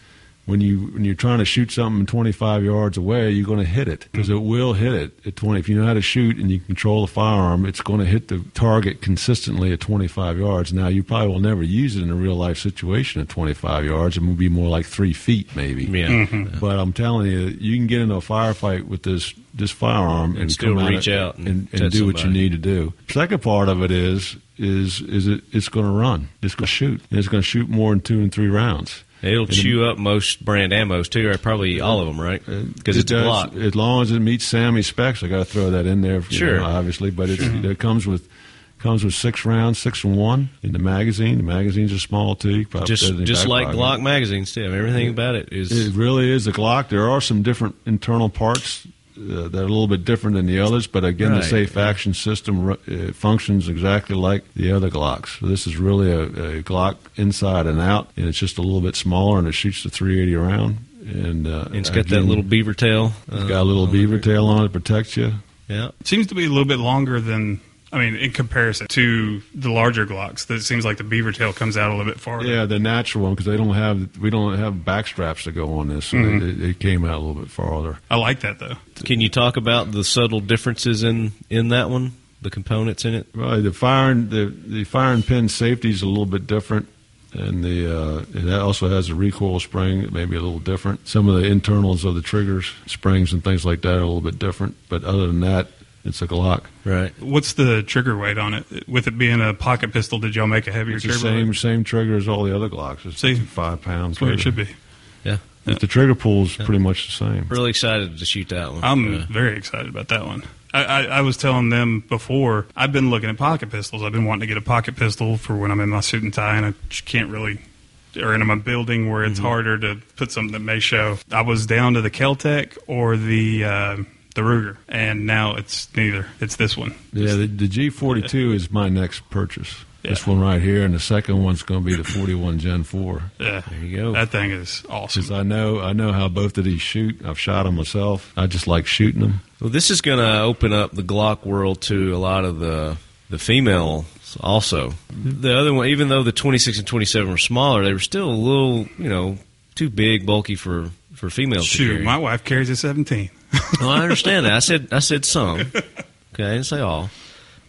C: when you when you're trying to shoot something 25 yards away, you're going to hit it because it will hit it at 20. If you know how to shoot and you control the firearm, it's going to hit the target consistently at 25 yards. Now you probably will never use it in a real life situation at 25 yards. It will be more like three feet maybe.
B: Yeah.
C: But I'm telling you, you can get into a firefight with this this firearm and,
B: still
C: come
B: reach
C: it
B: out and
C: and,
B: touch
C: do what you
B: somebody.
C: need to do. Second part of it is is is it, it's going to run. It's going to shoot. And it's going to shoot more than two and three rounds.
B: It'll chew up most brand ammos too, or probably all of them, right? Because Uh, it's a
C: does-
B: Glock.
C: As long as it meets Sammy's specs, I got to throw that in there. you
B: Sure.
C: know, obviously, but it's, it comes with. Comes with six rounds, six and one in the magazine. The magazines are small too. You probably put it
B: just
C: in your
B: just
C: back
B: like
C: pocket.
B: Glock magazines too. I mean, everything about it is
C: It really is a Glock. There are some different internal parts uh, that are a little bit different than the others, but again,
B: Right.
C: the safe action system ru- uh, functions exactly like the other Glocks. So this is really a, a Glock inside and out, and it's just a little bit smaller, and it shoots the 380 round. And, uh,
B: and it's got that
C: again,
B: little beaver tail.
C: it's
B: uh,
C: got a little beaver tail on it, protects you.
B: Yeah.
A: It seems to be a little bit longer than. I mean, in comparison to the larger Glocks, that it seems like the beaver tail comes out a little bit farther.
C: Yeah, the natural one because they don't have we don't have back straps to go on this. So it, it came out a little bit farther.
A: I like that though.
B: Can you talk about the subtle differences in in that one? The components in it.
C: Well, the firing the the firing pin safety is a little bit different, and the uh, it also has a recoil spring that may be a little different. Some of the internals of the triggers, springs, and things like that are a little bit different. But other than that, it's a Glock.
B: Right.
A: What's the trigger weight on it? With it being a pocket pistol, did y'all make a heavier
C: It's the
A: trigger?
C: same
A: weight?
C: same trigger as all the other Glocks. It's
A: See?
C: five pounds.
A: That's what it should
C: trigger.
A: be.
B: Yeah.
C: But the trigger pull's pretty much the same.
B: Really excited to shoot that one.
A: I'm
B: Uh,
A: very excited about that one. I, I, I was telling them before, I've been looking at pocket pistols. I've been wanting to get a pocket pistol for when I'm in my suit and tie and I just can't really, or in my building where
B: Mm-hmm.
A: it's harder to put something that may show. I was down to the Keltec or the. Uh, the Ruger, and now it's neither. It's this one.
C: Yeah, the, the G42 is my next purchase. This
A: Yeah.
C: one right here, and the second one's going to be the 41 Gen 4.
A: Yeah.
B: There you go.
A: That thing is awesome.
C: Since I know I know how both of these shoot. I've shot them myself. I just like shooting them.
B: Well, this is going to open up the Glock world to a lot of the the females also. The other one, even though the 26 and 27 were smaller, they were still a little, you know, too big, bulky for for females. to
A: Shoot,
B: carry.
A: my wife carries a 17.
B: Well, I understand that. I said I said some. Okay, I didn't say all.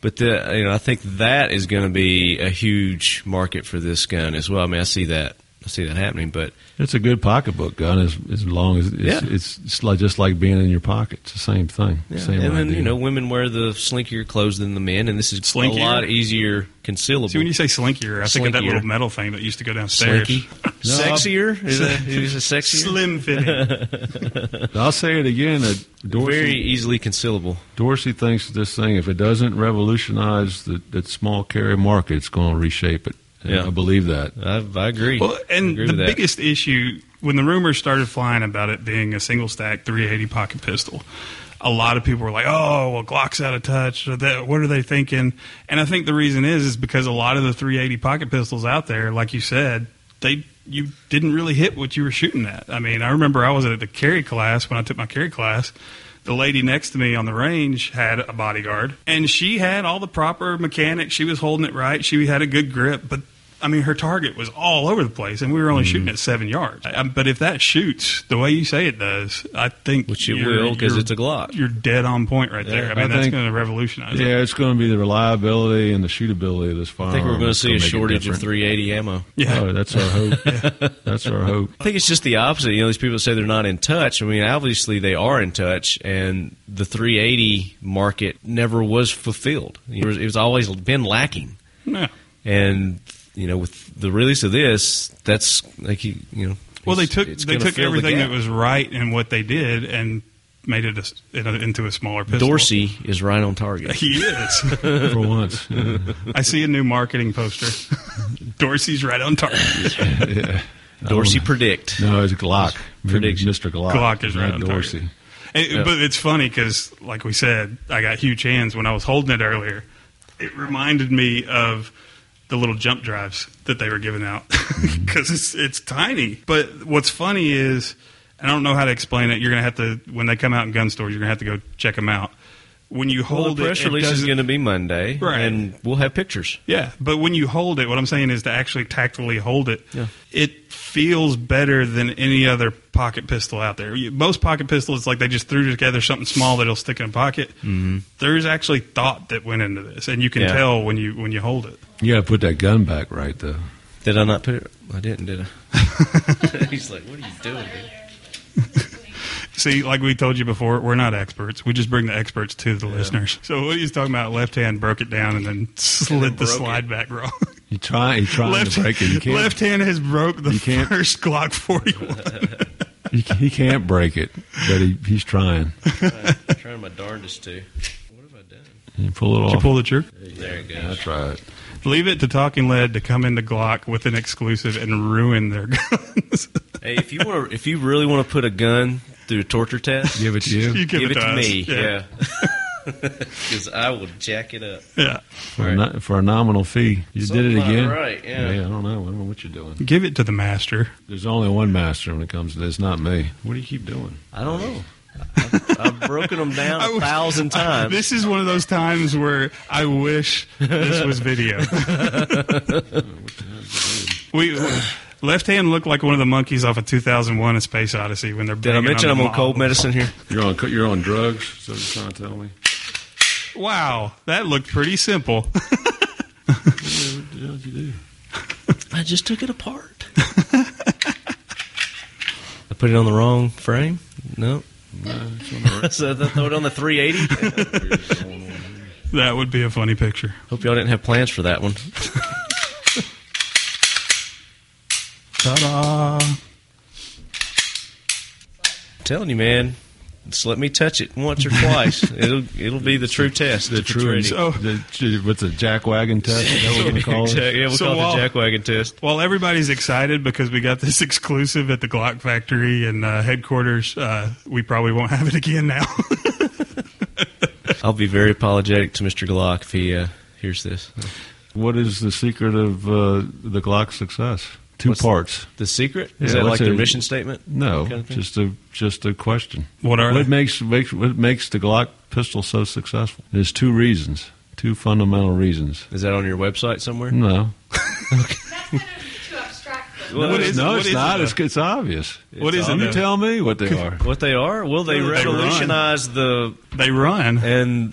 B: But the, you know, I think that is going to be a huge market for this gun as well. I mean, I see that I see that happening. But
C: It's a good pocketbook gun as as long as it's,
B: Yeah.
C: it's, it's like, just like being in your pocket. It's the same thing.
B: yeah,
C: same
B: and then
C: idea.
B: you know, women wear the slinkier clothes than the men, and this is
A: Slinkier?
B: a lot easier concealable.
A: See, when you say slinkier, I think of that
B: Slinkier.
A: little metal thing that used to go downstairs. *laughs*
B: *laughs* Slinky, sexier *laughs* is that, is it sexier?
A: Slim fitting.
C: I'll say it again. That Dorsey,
B: Very easily concealable.
C: Dorsey thinks this thing, if it doesn't revolutionize the that small carry market, it's going to reshape it. And
B: Yeah.
C: I believe that.
B: I, I agree.
A: Well,
B: I
A: and
B: agree
A: the
B: with that.
A: biggest issue when the rumors started flying about it being a single stack 380 pocket pistol, a lot of people were like, "Oh, well, Glock's out of touch. Or that, what are they thinking?" And I think the reason is is because a lot of the 380 pocket pistols out there, like you said, they you didn't really hit what you were shooting at. I mean, I remember I was at the carry class when I took my carry class. The lady next to me on the range had a bodyguard, and she had all the proper mechanics. She was holding it right. She had a good grip, but I mean, her target was all over the place, and we were
B: Mm-hmm.
A: only shooting at seven yards. I, I- but if that shoots the way you say it does, I think
B: Which it
A: you're-
B: will, 'cause
A: you're-
B: it's a Glock.
A: You're dead on point right there.
B: Yeah,
A: I mean,
C: I
A: that's
C: think-
A: going to revolutionize. it.
C: Yeah, it's going to be the reliability and the shootability of this
B: I
C: firearm.
B: think we're going to
C: that's
B: see a
C: Oh, make it
B: shortage of
C: different.
B: 380 ammo.
A: yeah.
C: Oh, that's our
B: *laughs*
C: hope. That's our hope.
B: I think it's just the opposite. You know, these people that say they're not in touch. I mean, obviously they are in touch, and the 380 market never was fulfilled. It was, it was always been lacking,
A: Yeah.
B: and you know, with the release of this, that's like you you know.
A: Well, they
B: it's-
A: took
B: it's
A: they
B: gonna
A: took
B: fill the
A: everything
B: gap.
A: that was right in what they did and made it a s in a, into a smaller pistol.
B: Dorsey is right
A: *laughs*
B: on target.
A: He is.
C: For
B: *laughs*
C: once, *laughs* yeah.
A: I see a new marketing poster. *laughs* Dorsey's right on target.
C: Yeah.
B: Dorsey predict.
C: No, it's Glock.
B: Prediction.
C: Mr. Glock.
A: Glock is right
C: not
A: on
C: Dorsey.
A: target. It- But it's funny because, like we said, I got huge hands when I was holding it earlier. It reminded me of the little jump drives that they were giving out *laughs*
B: Mm-hmm.
A: because it's it's tiny. But what's funny is, and I don't know how to explain it. You're gonna have to when they come out in gun stores, you're gonna have to go check them out. When you
B: Well,
A: hold
B: the press
A: it, it
B: release is
A: doesn't-
B: going to be Monday,
A: Right.
B: and we'll have pictures.
A: Yeah, but when you hold it, what I'm saying is to actually tactically hold it.
B: Yeah.
A: It feels better than any other pocket pistol out there. You- Most pocket pistols, it's like they just threw together something small that'll stick in a pocket. Mm-hmm. There's actually thought that went into this, and you can
B: Yeah.
A: tell when you when you hold it.
C: You got to put that gun back right, though.
B: Did I not put it? I didn't, did
A: *laughs*
B: I? *laughs* He's like, "What are you doing?" Dude?
A: See, like we told you before, we're not experts. We just bring the experts to the listeners. So what he's talking about, left hand broke it down and then *laughs* slid the
B: broke
A: slide back wrong.
C: You try, you try
A: left,
C: to break it. You can't,
A: left hand has broke the
C: You can't-
A: first Glock 41.
C: He, he can't break it, but he, he's trying.
B: I'm trying my darndest to. What have I done?
C: You pull it
A: Did you
C: off.
A: pull the trigger?
B: There it
C: I
B: goes.
C: tried.
A: Leave it to Talking Lead to come into Glock with an exclusive and ruin their *laughs* guns.
B: *laughs* Hey, if you want to, if you really want to put a gun through a torture test,
C: Give it to you.
A: You *laughs* give,
B: give it to
A: us.
B: me.
A: Yeah.
B: Yeah,
A: *laughs*
B: because I will jack it up.
A: Yeah.
C: for, a, no- for a nominal fee. You did
B: Something
C: it
B: about
C: again.
B: right, yeah.
C: I don't know. I don't know what you're doing.
A: Give it to the master.
C: There's only one master when it comes to this, not me. What do you keep doing?
B: I don't know.
A: *laughs*
B: I've, I've broken them down
A: I
B: a
A: was-
B: thousand times.
A: This is one of those times where I wish this was
B: *laughs*
A: video. we left hand looked like one of the monkeys off of 2001: A Space Odyssey when they're.
B: did I
A: banging
B: mention
A: on
B: I'm
A: the
B: on cold
A: wall. *laughs*
B: medicine here?
C: You're on. co- You're on drugs. So you're trying to tell me.
A: Wow, that looked pretty simple.
C: Yeah, what the hell did you do?
B: I just took it
A: *laughs*
B: apart. I put it on the wrong frame.
A: *laughs*
B: No, *laughs*
C: No, it's on the
B: so I throw it on the 380.
C: right.
A: that would be a funny picture.
B: Hope y'all didn't have plans for that one.
A: Ta-da!
B: telling you, man. Just let me touch it once or twice. it'll it'll be the true test.
C: the true.
B: It's
A: So-
C: the, what's a jack wagon test? Is that what
A: *laughs*
C: we're gonna call it?
B: Exactly. Yeah, we'll
A: So
B: call
A: while-
B: it the jackwagon test.
A: Well, everybody's excited because we got this *laughs* exclusive at the Glock factory and uh, headquarters. Uh, we probably won't have it again now. *laughs*
B: I'll be very apologetic to Mr. Glock if he uh, hears this.
C: What is the secret of uh, the Glock success? Two
B: What's-
C: parts.
B: The secret
C: Yeah,
B: is that like
C: what's
B: their
C: it-
B: mission statement?
C: No,
B: Kind of thing?
C: just a just a question.
A: What are
C: what
A: they?
C: makes makes what makes the Glock pistol so successful? There's two reasons, two fundamental reasons.
B: Is that on your website somewhere?
C: No,
E: That's kind of too abstract. For
A: What is-
C: no,
A: what
C: it's
A: is it,
C: not.
A: though?
C: it's, it's obvious.
A: What is it,
C: Can you
A: though?
C: tell me what
A: *laughs*
C: they are?
B: What they are? Well, they
A: They run.
B: revolutionize the
A: They run.
B: and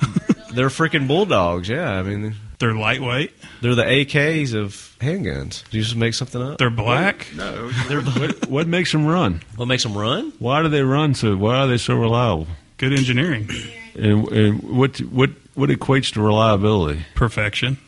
B: they're freaking bulldogs. Yeah, I mean
A: They're lightweight.
B: they're the AKs of handguns. Do you just make something up?
A: They're black.
C: Oh, no, what, what makes them run?
B: What makes them run?
C: Why do they run so? Why are they so reliable?
A: Good engineering.
C: And, and what what what equates to reliability?
A: Perfection.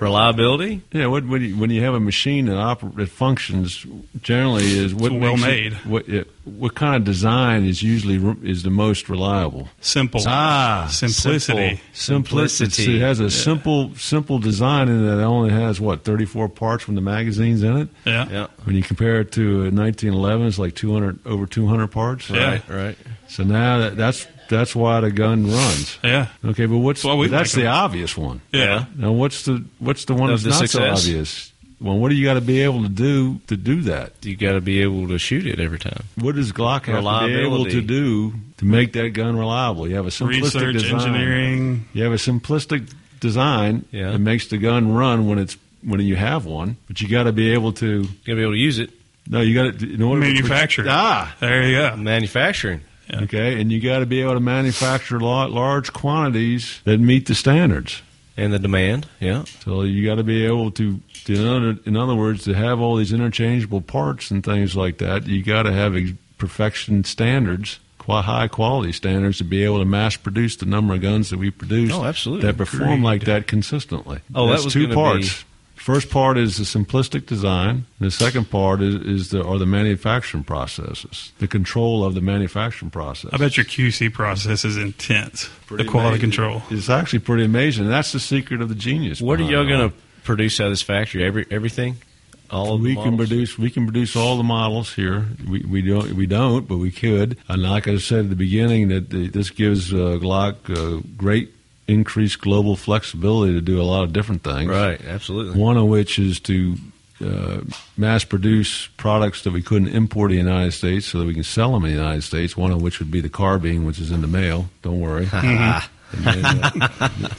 B: Reliability.
C: Yeah, what, when, you, when you have a machine that, oper- that functions, generally is what
A: It's well
C: makes it-
A: made.
C: what it, what kind of design is usually re- is the most reliable?
A: Simple.
C: Ah,
A: Simplicity.
C: It
B: Simplicity.
C: has a simple simple design in it. It only has what thirty four parts when the magazine's in it.
A: Yeah.
B: Yeah.
C: When you compare it to a 1911, it's like 200 over 200 parts.
A: Yeah.
B: Right. Right.
C: So now that, that's that's why the gun runs.
A: Yeah.
C: Okay, but what's
A: That's why we
C: that's
A: like
C: the
A: 'em.
C: obvious one.
A: Yeah.
C: Now, what's the what's the one
B: Of
C: that's
B: the
C: not
B: success?
C: so obvious? Well, what do you got to be able to do to do that?
B: You got to be able to shoot it every time.
C: What does Glock have to be able
B: Reliability.
C: to do to make that gun reliable? You have a simplistic
A: Research,
C: design.
A: engineering.
C: You have a simplistic design
B: Yeah.
C: that makes the gun run when it's when you have one, but you got to be able to.
B: You're gonna be able to use it.
C: No, you got to in order to-
A: Manufacture.
C: Ah,
A: There you go.
B: Manufacturing.
A: Yeah.
C: okay, and you got to be able to manufacture la- large quantities that meet the standards.
B: And the demand, yeah.
C: So you got to be able to, to in, other, in other words, to have all these interchangeable parts and things like that. You got to have ex- perfection standards, quite high quality standards, to be able to mass produce the number of guns that we produce.
B: Oh, absolutely.
C: That perform
B: Agreed.
C: like that consistently.
B: Oh, that
C: That's
B: was
C: two
B: gonna
C: parts. First part is the simplistic design. The second part is, is the are the manufacturing processes, the control of the manufacturing process.
A: I bet your QC process is intense.
C: Pretty
A: the quality
C: amazing.
A: control.
C: It's actually pretty amazing. That's the secret of the genius.
B: What are
C: behind
B: y'all
C: all
B: gonna produce out of this factory? Every everything? All of
C: we
B: the
C: can
B: models?
C: produce we can produce all the models here. We, we don't we don't, but we could. And like I said at the beginning, that the, this gives uh, Glock uh, great increased global flexibility to do a lot of different things.
B: Right, absolutely.
C: One of which is to uh, mass produce products that we couldn't import in the United States, so that we can sell them in the United States. One of which would be the carbine, which is in the mail.
B: *laughs*
C: Don't worry. And then, uh,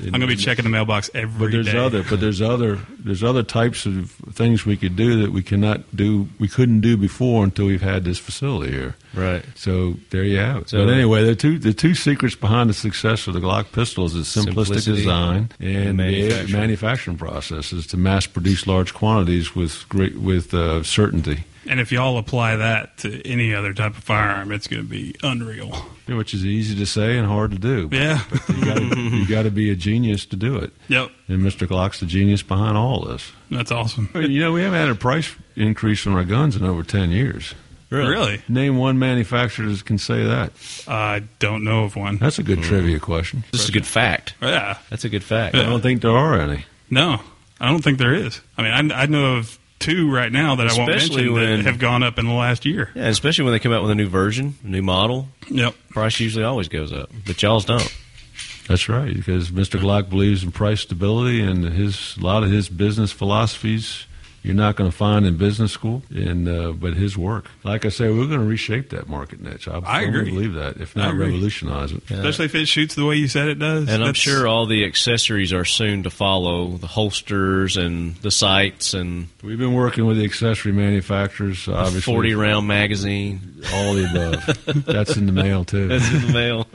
A: I'm going to be checking the mailbox every
C: but there's
A: day.
C: other but there's other there's other types of things we could do that we cannot do we couldn't do before until we've had this facility here
B: Right.
C: so there you have it
B: So-
C: but anyway the two the two secrets behind the success of the glock pistols is simplistic
B: Simplicity
C: design
B: and
C: and manufacturing.
B: manufacturing.
C: The manufacturing processes to mass produce large quantities with great with uh, certainty
A: And if y'all apply that to any other type of firearm, it's going to be unreal.
C: which is easy to say and hard to do
A: Yeah. *laughs*
C: you gotta,
B: *laughs*
C: you gotta be a genius to do it
A: yep.
C: and mr glock's the genius behind all this
A: That's awesome.
C: Well, You know, we haven't had a price increase on our guns in over 10 years.
A: Really?
C: Name one manufacturer that can say that.
A: I don't know of one.
C: That's a good trivia question.
B: This is a good fact.
A: Yeah.
B: That's a good fact.
C: I don't think there are any.
A: No, I don't think there is. I mean, I, I know of two right now that
B: Especially
A: I won't mention
B: when-
A: that have gone up in the last year.
B: Yeah, especially when they come out with a new version, a new model,
A: Yep.
B: price usually always goes up. But y'all's don't. *laughs*
C: That's right, because Mr. Glock believes in price stability, and his a lot of his business philosophies you're not going to find in business school. And uh, but his work, like I say, we're going to reshape that market niche. I, firmly
A: agree.
C: believe that, if
A: I
C: not
A: agree.
C: revolutionize it.
A: Especially if it shoots the way you said it does.
B: And I'm
A: That's-
B: sure all the accessories are soon to follow the holsters and the sights and
C: We've been working with the accessory manufacturers,
B: the
C: obviously,
B: 40 round magazine.
C: all the
A: *laughs*
C: above. That's in the mail too.
B: That's *laughs* in the mail.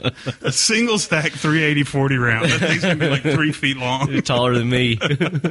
A: a single stack 380 40 round. That thing's going to be like three feet long.
B: *laughs* You're taller than me.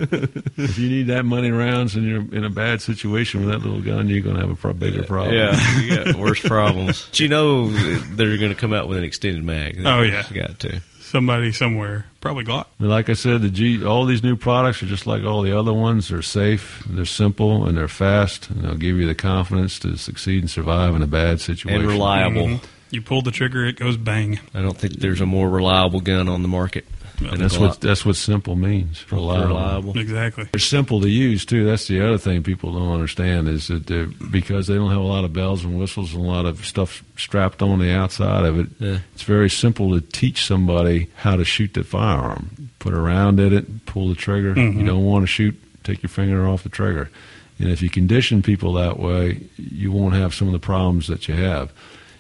C: If you need that money rounds and you're in a bad situation with that little gun, you're going to have a pro- bigger problem. *laughs*
B: Yeah, you got worse problems. But you know they're going to come out with an extended mag.
A: Oh, yeah.
B: You got to.
A: Somebody somewhere. Probably Glock.
C: But like I said, the G, all these new products are just like all the other ones. They're safe, they're simple, and they're fast, and they'll give you the confidence to succeed and survive in a bad situation.
B: And reliable.
A: Mm-hmm. You pull the trigger, it goes bang.
B: I don't think there's a more reliable gun on the market.
C: And that's what that's what simple means. Reliable.
B: reliable.
A: Exactly.
C: They're simple to use too. That's the other thing people don't understand is that they're, because they don't have a lot of bells and whistles and a lot of stuff strapped on the outside of it.
B: Yeah.
C: It's very simple to teach somebody how to shoot the firearm. Put a round in it, pull the trigger. You don't want to shoot, take your finger off the trigger. And if you condition people that way, you won't have some of the problems that you have.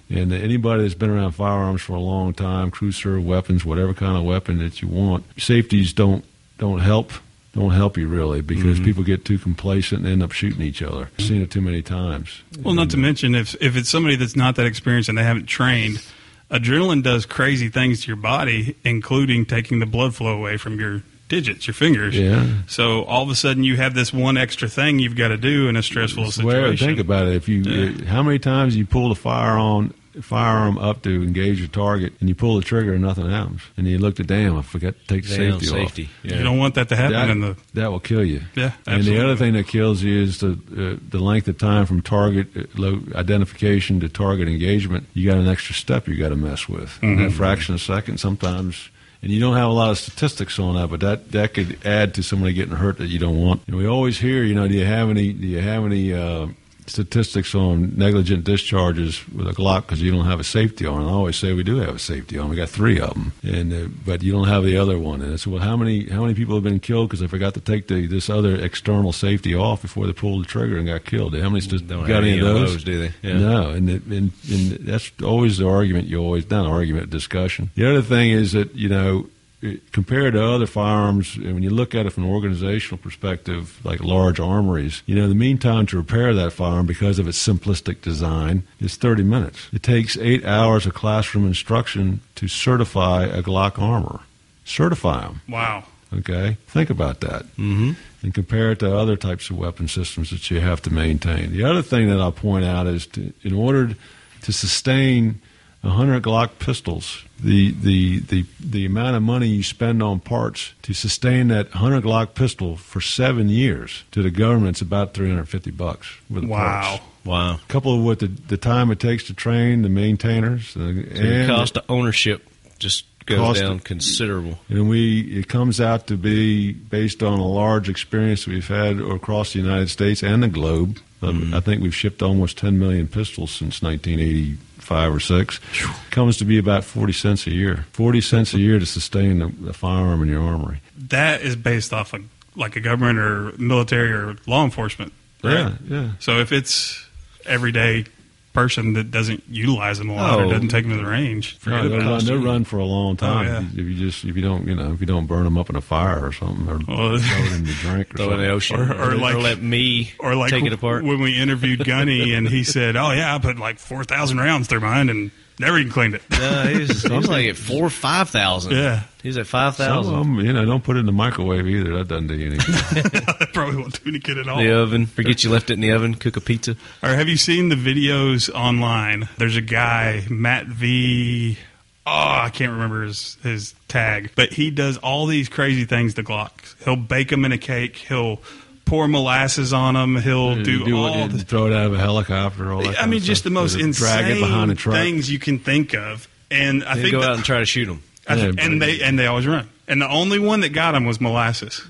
C: And anybody that's been around firearms for a long time, cruiser weapons, whatever kind of weapon that you want, safeties don't don't help don't help you really because
A: Mm-hmm.
C: people get too complacent and end up shooting each other. I've seen it too many times.
A: Well, not to mention, if, if it's somebody that's not that experienced and they haven't trained, adrenaline does crazy things to your body, including taking the blood flow away from your digits, your fingers.
C: Yeah.
A: So all of a sudden, you have this one extra thing you've got to do in a stressful
C: It's the way I would
A: situation.
C: think about it, if you
A: Yeah.
C: how many times you pull the firearm firearm up to engage your target and you pull the trigger and nothing happens and you look to damn I forgot to take the
B: Damn,
C: safety,
B: safety.
C: off.
A: You don't want that to happen
C: that,
A: in the
C: that will kill you.
A: Yeah,
C: And the
A: absolutely.
C: other thing that kills you is the uh, the length of time from target uh, lo- identification to target engagement. You got an extra step you got to mess with. And
A: Mm-hmm.
C: that fraction of a second sometimes. And you don't have a lot of statistics on that, but that, that could add to somebody getting hurt that you don't want. And we always hear, you know, do you have any? Do you have any? Uh, Statistics on negligent discharges with a Glock because you don't have a safety on. And I always say we do have a safety on. We got three of them, and uh, but you don't have the other one. And it's well, how many how many people have been killed because they forgot to take the this other external safety off before they pulled the trigger and got killed? How many st-
B: Don't have
C: got any of those?
B: do they?
C: No, and, it, and and that's always the argument. You always not an argument, discussion. The other thing is that you know it- compared to other firearms, and when you look at it from an organizational perspective, like large armories, you know, the mean time to repair that firearm because of its simplistic design is 30 minutes. It takes eight hours of classroom instruction to certify a Glock armor. Certify them.
A: Wow.
C: Okay, think about that,
A: Mm-hmm.
B: Mhm.
C: and compare it to other types of weapon systems that you have to maintain. The other thing that I'll point out is, to, in order to sustain 100 Glock pistols, the, the the the amount of money you spend on parts to sustain that 100 Glock pistol for seven years to the government's about 350 bucks with the
A: Wow.
C: parts.
B: Wow.
C: A couple of what the, the time it takes to train the maintainers, the,
B: So the cost of ownership just goes
C: Cost
B: down
C: of-
B: considerable.
C: and we it comes out to be based on a large experience we've had across the United States and the globe. Um, I think we've shipped almost 10 million pistols since 1985 or six. Comes to be about 40 cents a year. 40 cents a year to sustain the, the firearm in your armory.
A: That is based off of like a government or military or law enforcement. Right?
C: Yeah, yeah.
A: So if it's everyday person that doesn't utilize them a lot
B: Oh.
A: or doesn't take them to the range,
C: No,
A: forget
C: they'll,
A: about
C: run,
A: it.
C: they'll run for a long time
A: yeah.
C: if you just if you don't you know if you don't burn them up in a fire or something or
A: Well,
C: throw it in the drink
B: *laughs*
C: or
B: Throw it in
C: something.
B: the ocean,
A: Or- or like-
B: let me
A: Or like
B: take it apart.
A: when we interviewed Gunny and he said, "Oh yeah, I put like four thousand rounds through mine and never even cleaned it." *laughs*
B: No, he's, he's like at four or five thousand.
A: Yeah.
B: he's at five
C: Some of
B: thousand.
C: them, you know, don't put it in the microwave either. That doesn't do you any good.
A: that probably won't do any good at all.
B: The oven. Forget you left it in the oven. Cook a pizza.
A: Or have you seen the videos online? There's a guy, Matt V. Oh, I can't remember his, his tag, but he does all these crazy things to Glocks. He'll bake them in a cake. He'll pour molasses on them. He'll do,
C: Mm, what
A: all
C: you-
A: the.
C: throw it out of a helicopter. All that
A: I
C: kind
A: mean,
C: of
A: just
C: stuff.
A: the most
C: Or drag it behind a
A: insane
C: truck.
A: things you can think of. And I
B: Then
A: think
B: go
A: that-
B: out and try to shoot them.
A: I th-
C: Yeah,
A: and
C: but-
A: they and they always run. And the only one that got him was molasses.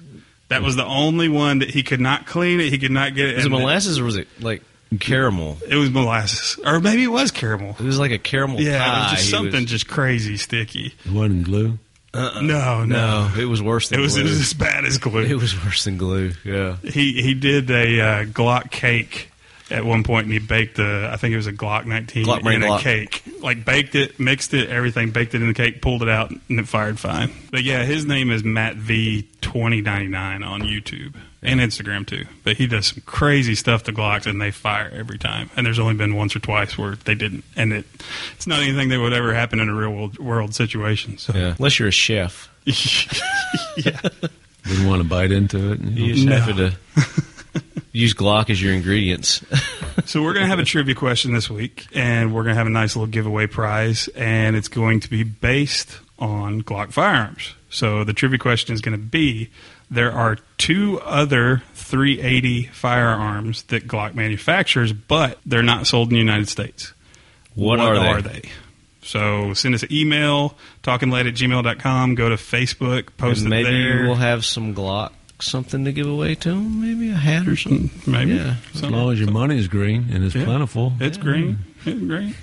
A: That was the only one that he could not clean it. He could not get it.
B: Was it
A: and
B: molasses or was it like caramel?
A: It was molasses, or maybe it was caramel.
B: It was like a caramel
A: Yeah, it
B: pie.
A: was just
B: Ah, He
A: something
B: was- Uh-uh.
A: just crazy sticky.
C: It wasn't glue.
A: No, no,
B: no, it was worse
A: It
B: than
A: was, it
B: glue.
A: was as bad as glue.
B: *laughs* It was worse than glue. Yeah.
A: he he did a uh, Glock cake at one point, and he baked the I think it was a Glock 19
B: Glock
A: in
B: brand
A: a
B: Glock.
A: cake. Like baked it, mixed it, everything, baked it in the cake, pulled it out, and it fired fine. But yeah, his name is Matt V 2099 on YouTube and Instagram too. But he does some crazy stuff to Glocks, and they fire every time. And there's only been once or twice where they didn't, and it it's not anything that would ever happen in a real world, world situation.
B: *laughs*
A: So. *laughs*
B: Yeah. Unless you're a chef,
C: Didn't want to bite into it. you know.
B: you just
A: No. *laughs*
B: have to use Glock as your ingredients. *laughs*
A: So we're going to have a trivia question this week, and we're going to have a nice little giveaway prize, and it's going to be based on Glock firearms. So the trivia question is going to be: there are two other 380 firearms that Glock manufactures, but they're not sold in the United States.
B: What, are, they?
A: So send us an email, talkinglate at gmail.com, go to Facebook, post
B: And
A: it
B: maybe
A: there.
B: we'll have some Glock something to give away to them. Maybe a hat or something.
A: Maybe.
B: Yeah.
C: As long as your money is green and it's
A: Yeah.
C: plentiful.
A: It's green. It's green.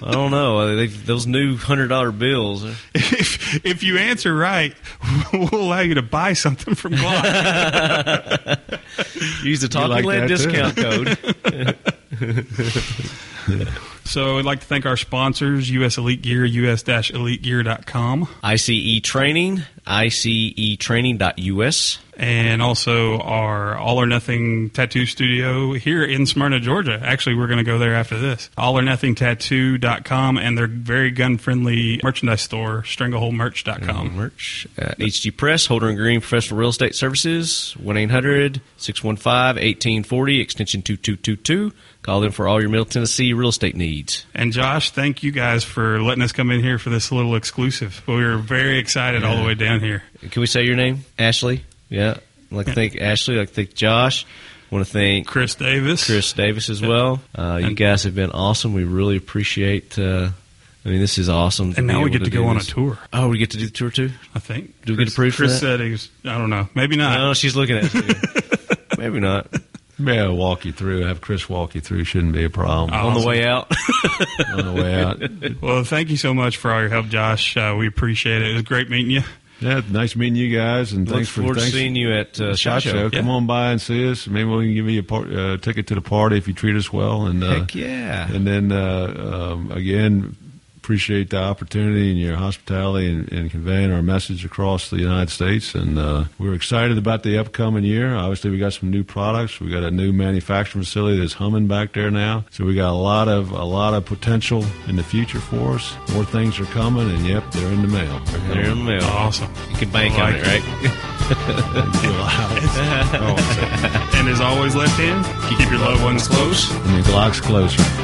B: I don't know. They, those new hundred dollar bills. they're-
A: if if you answer right, *laughs* we'll allow you to buy something from Glock.
B: Use the talking
C: like
B: lead
C: that, too.
B: discount code.
A: *laughs* so I'd like to thank our sponsors, US Elite Gear, us-elitegear.com,
B: ICE E training, E ICEtraining.us.
A: and also our All or Nothing Tattoo Studio here in Smyrna, Georgia. Actually, we're going to go there after this. All or Nothing Tattoo.com and their very gun-friendly merchandise store, strangleholdmerch.com.
B: Merch. Uh, HG Press, Holder and Green Professional Real Estate Services, 1 800 615 1840, extension 2222. Call them for all your Middle Tennessee real estate needs.
A: And Josh, thank you guys for letting us come in here for this little exclusive. We were very excited all the way down here.
B: Can we say your name? Ashley? Yeah. I'd like to thank Ashley. I'd like to thank Josh. want to thank
A: Chris Davis.
B: Chris Davis as well. Uh, you
A: And-
B: guys have been awesome. We really appreciate uh, I mean, this is awesome.
A: And now
B: be
A: we
B: able
A: get to
B: do
A: go on a
B: this.
A: tour.
B: Oh, we get to do the tour too?
A: I think.
B: Do we get approved for
A: Chris
B: that?
A: said he was. I don't know. Maybe not.
B: No, she's looking
A: *laughs*
B: at you. Maybe not.
C: May I walk you through? Have Chris walk you through? Shouldn't be a problem.
A: Oh.
B: On the
A: Awesome.
B: way out.
C: On the way
A: *laughs*
C: out.
A: Well, thank you so much for all your help, Josh. Uh, we appreciate it. It was great meeting you.
C: Yeah, nice meeting you guys, and
B: Look
C: thanks for
B: forward to
C: thanks
B: seeing you at uh,
C: Shot show. Come
A: yeah.
C: on by and see us. Maybe we can give you a par- uh, ticket to the party if you treat us well. And uh,
B: Heck yeah.
C: And then uh, um, again, appreciate the opportunity and your hospitality and, and conveying our message across the United States. And uh, we're excited about the upcoming year. Obviously, we got some new products. We got a new manufacturing facility that's humming back there now. So we got a lot of a lot of potential in the future for us. More things are coming, and yep, they're in the mail. They're coming. *laughs*
B: They're in the mail.
A: Awesome.
B: You can bank
A: I
B: on
A: like
B: it, right?
A: and as always, left hand, keep your loved ones close.
C: and the Glock's closer.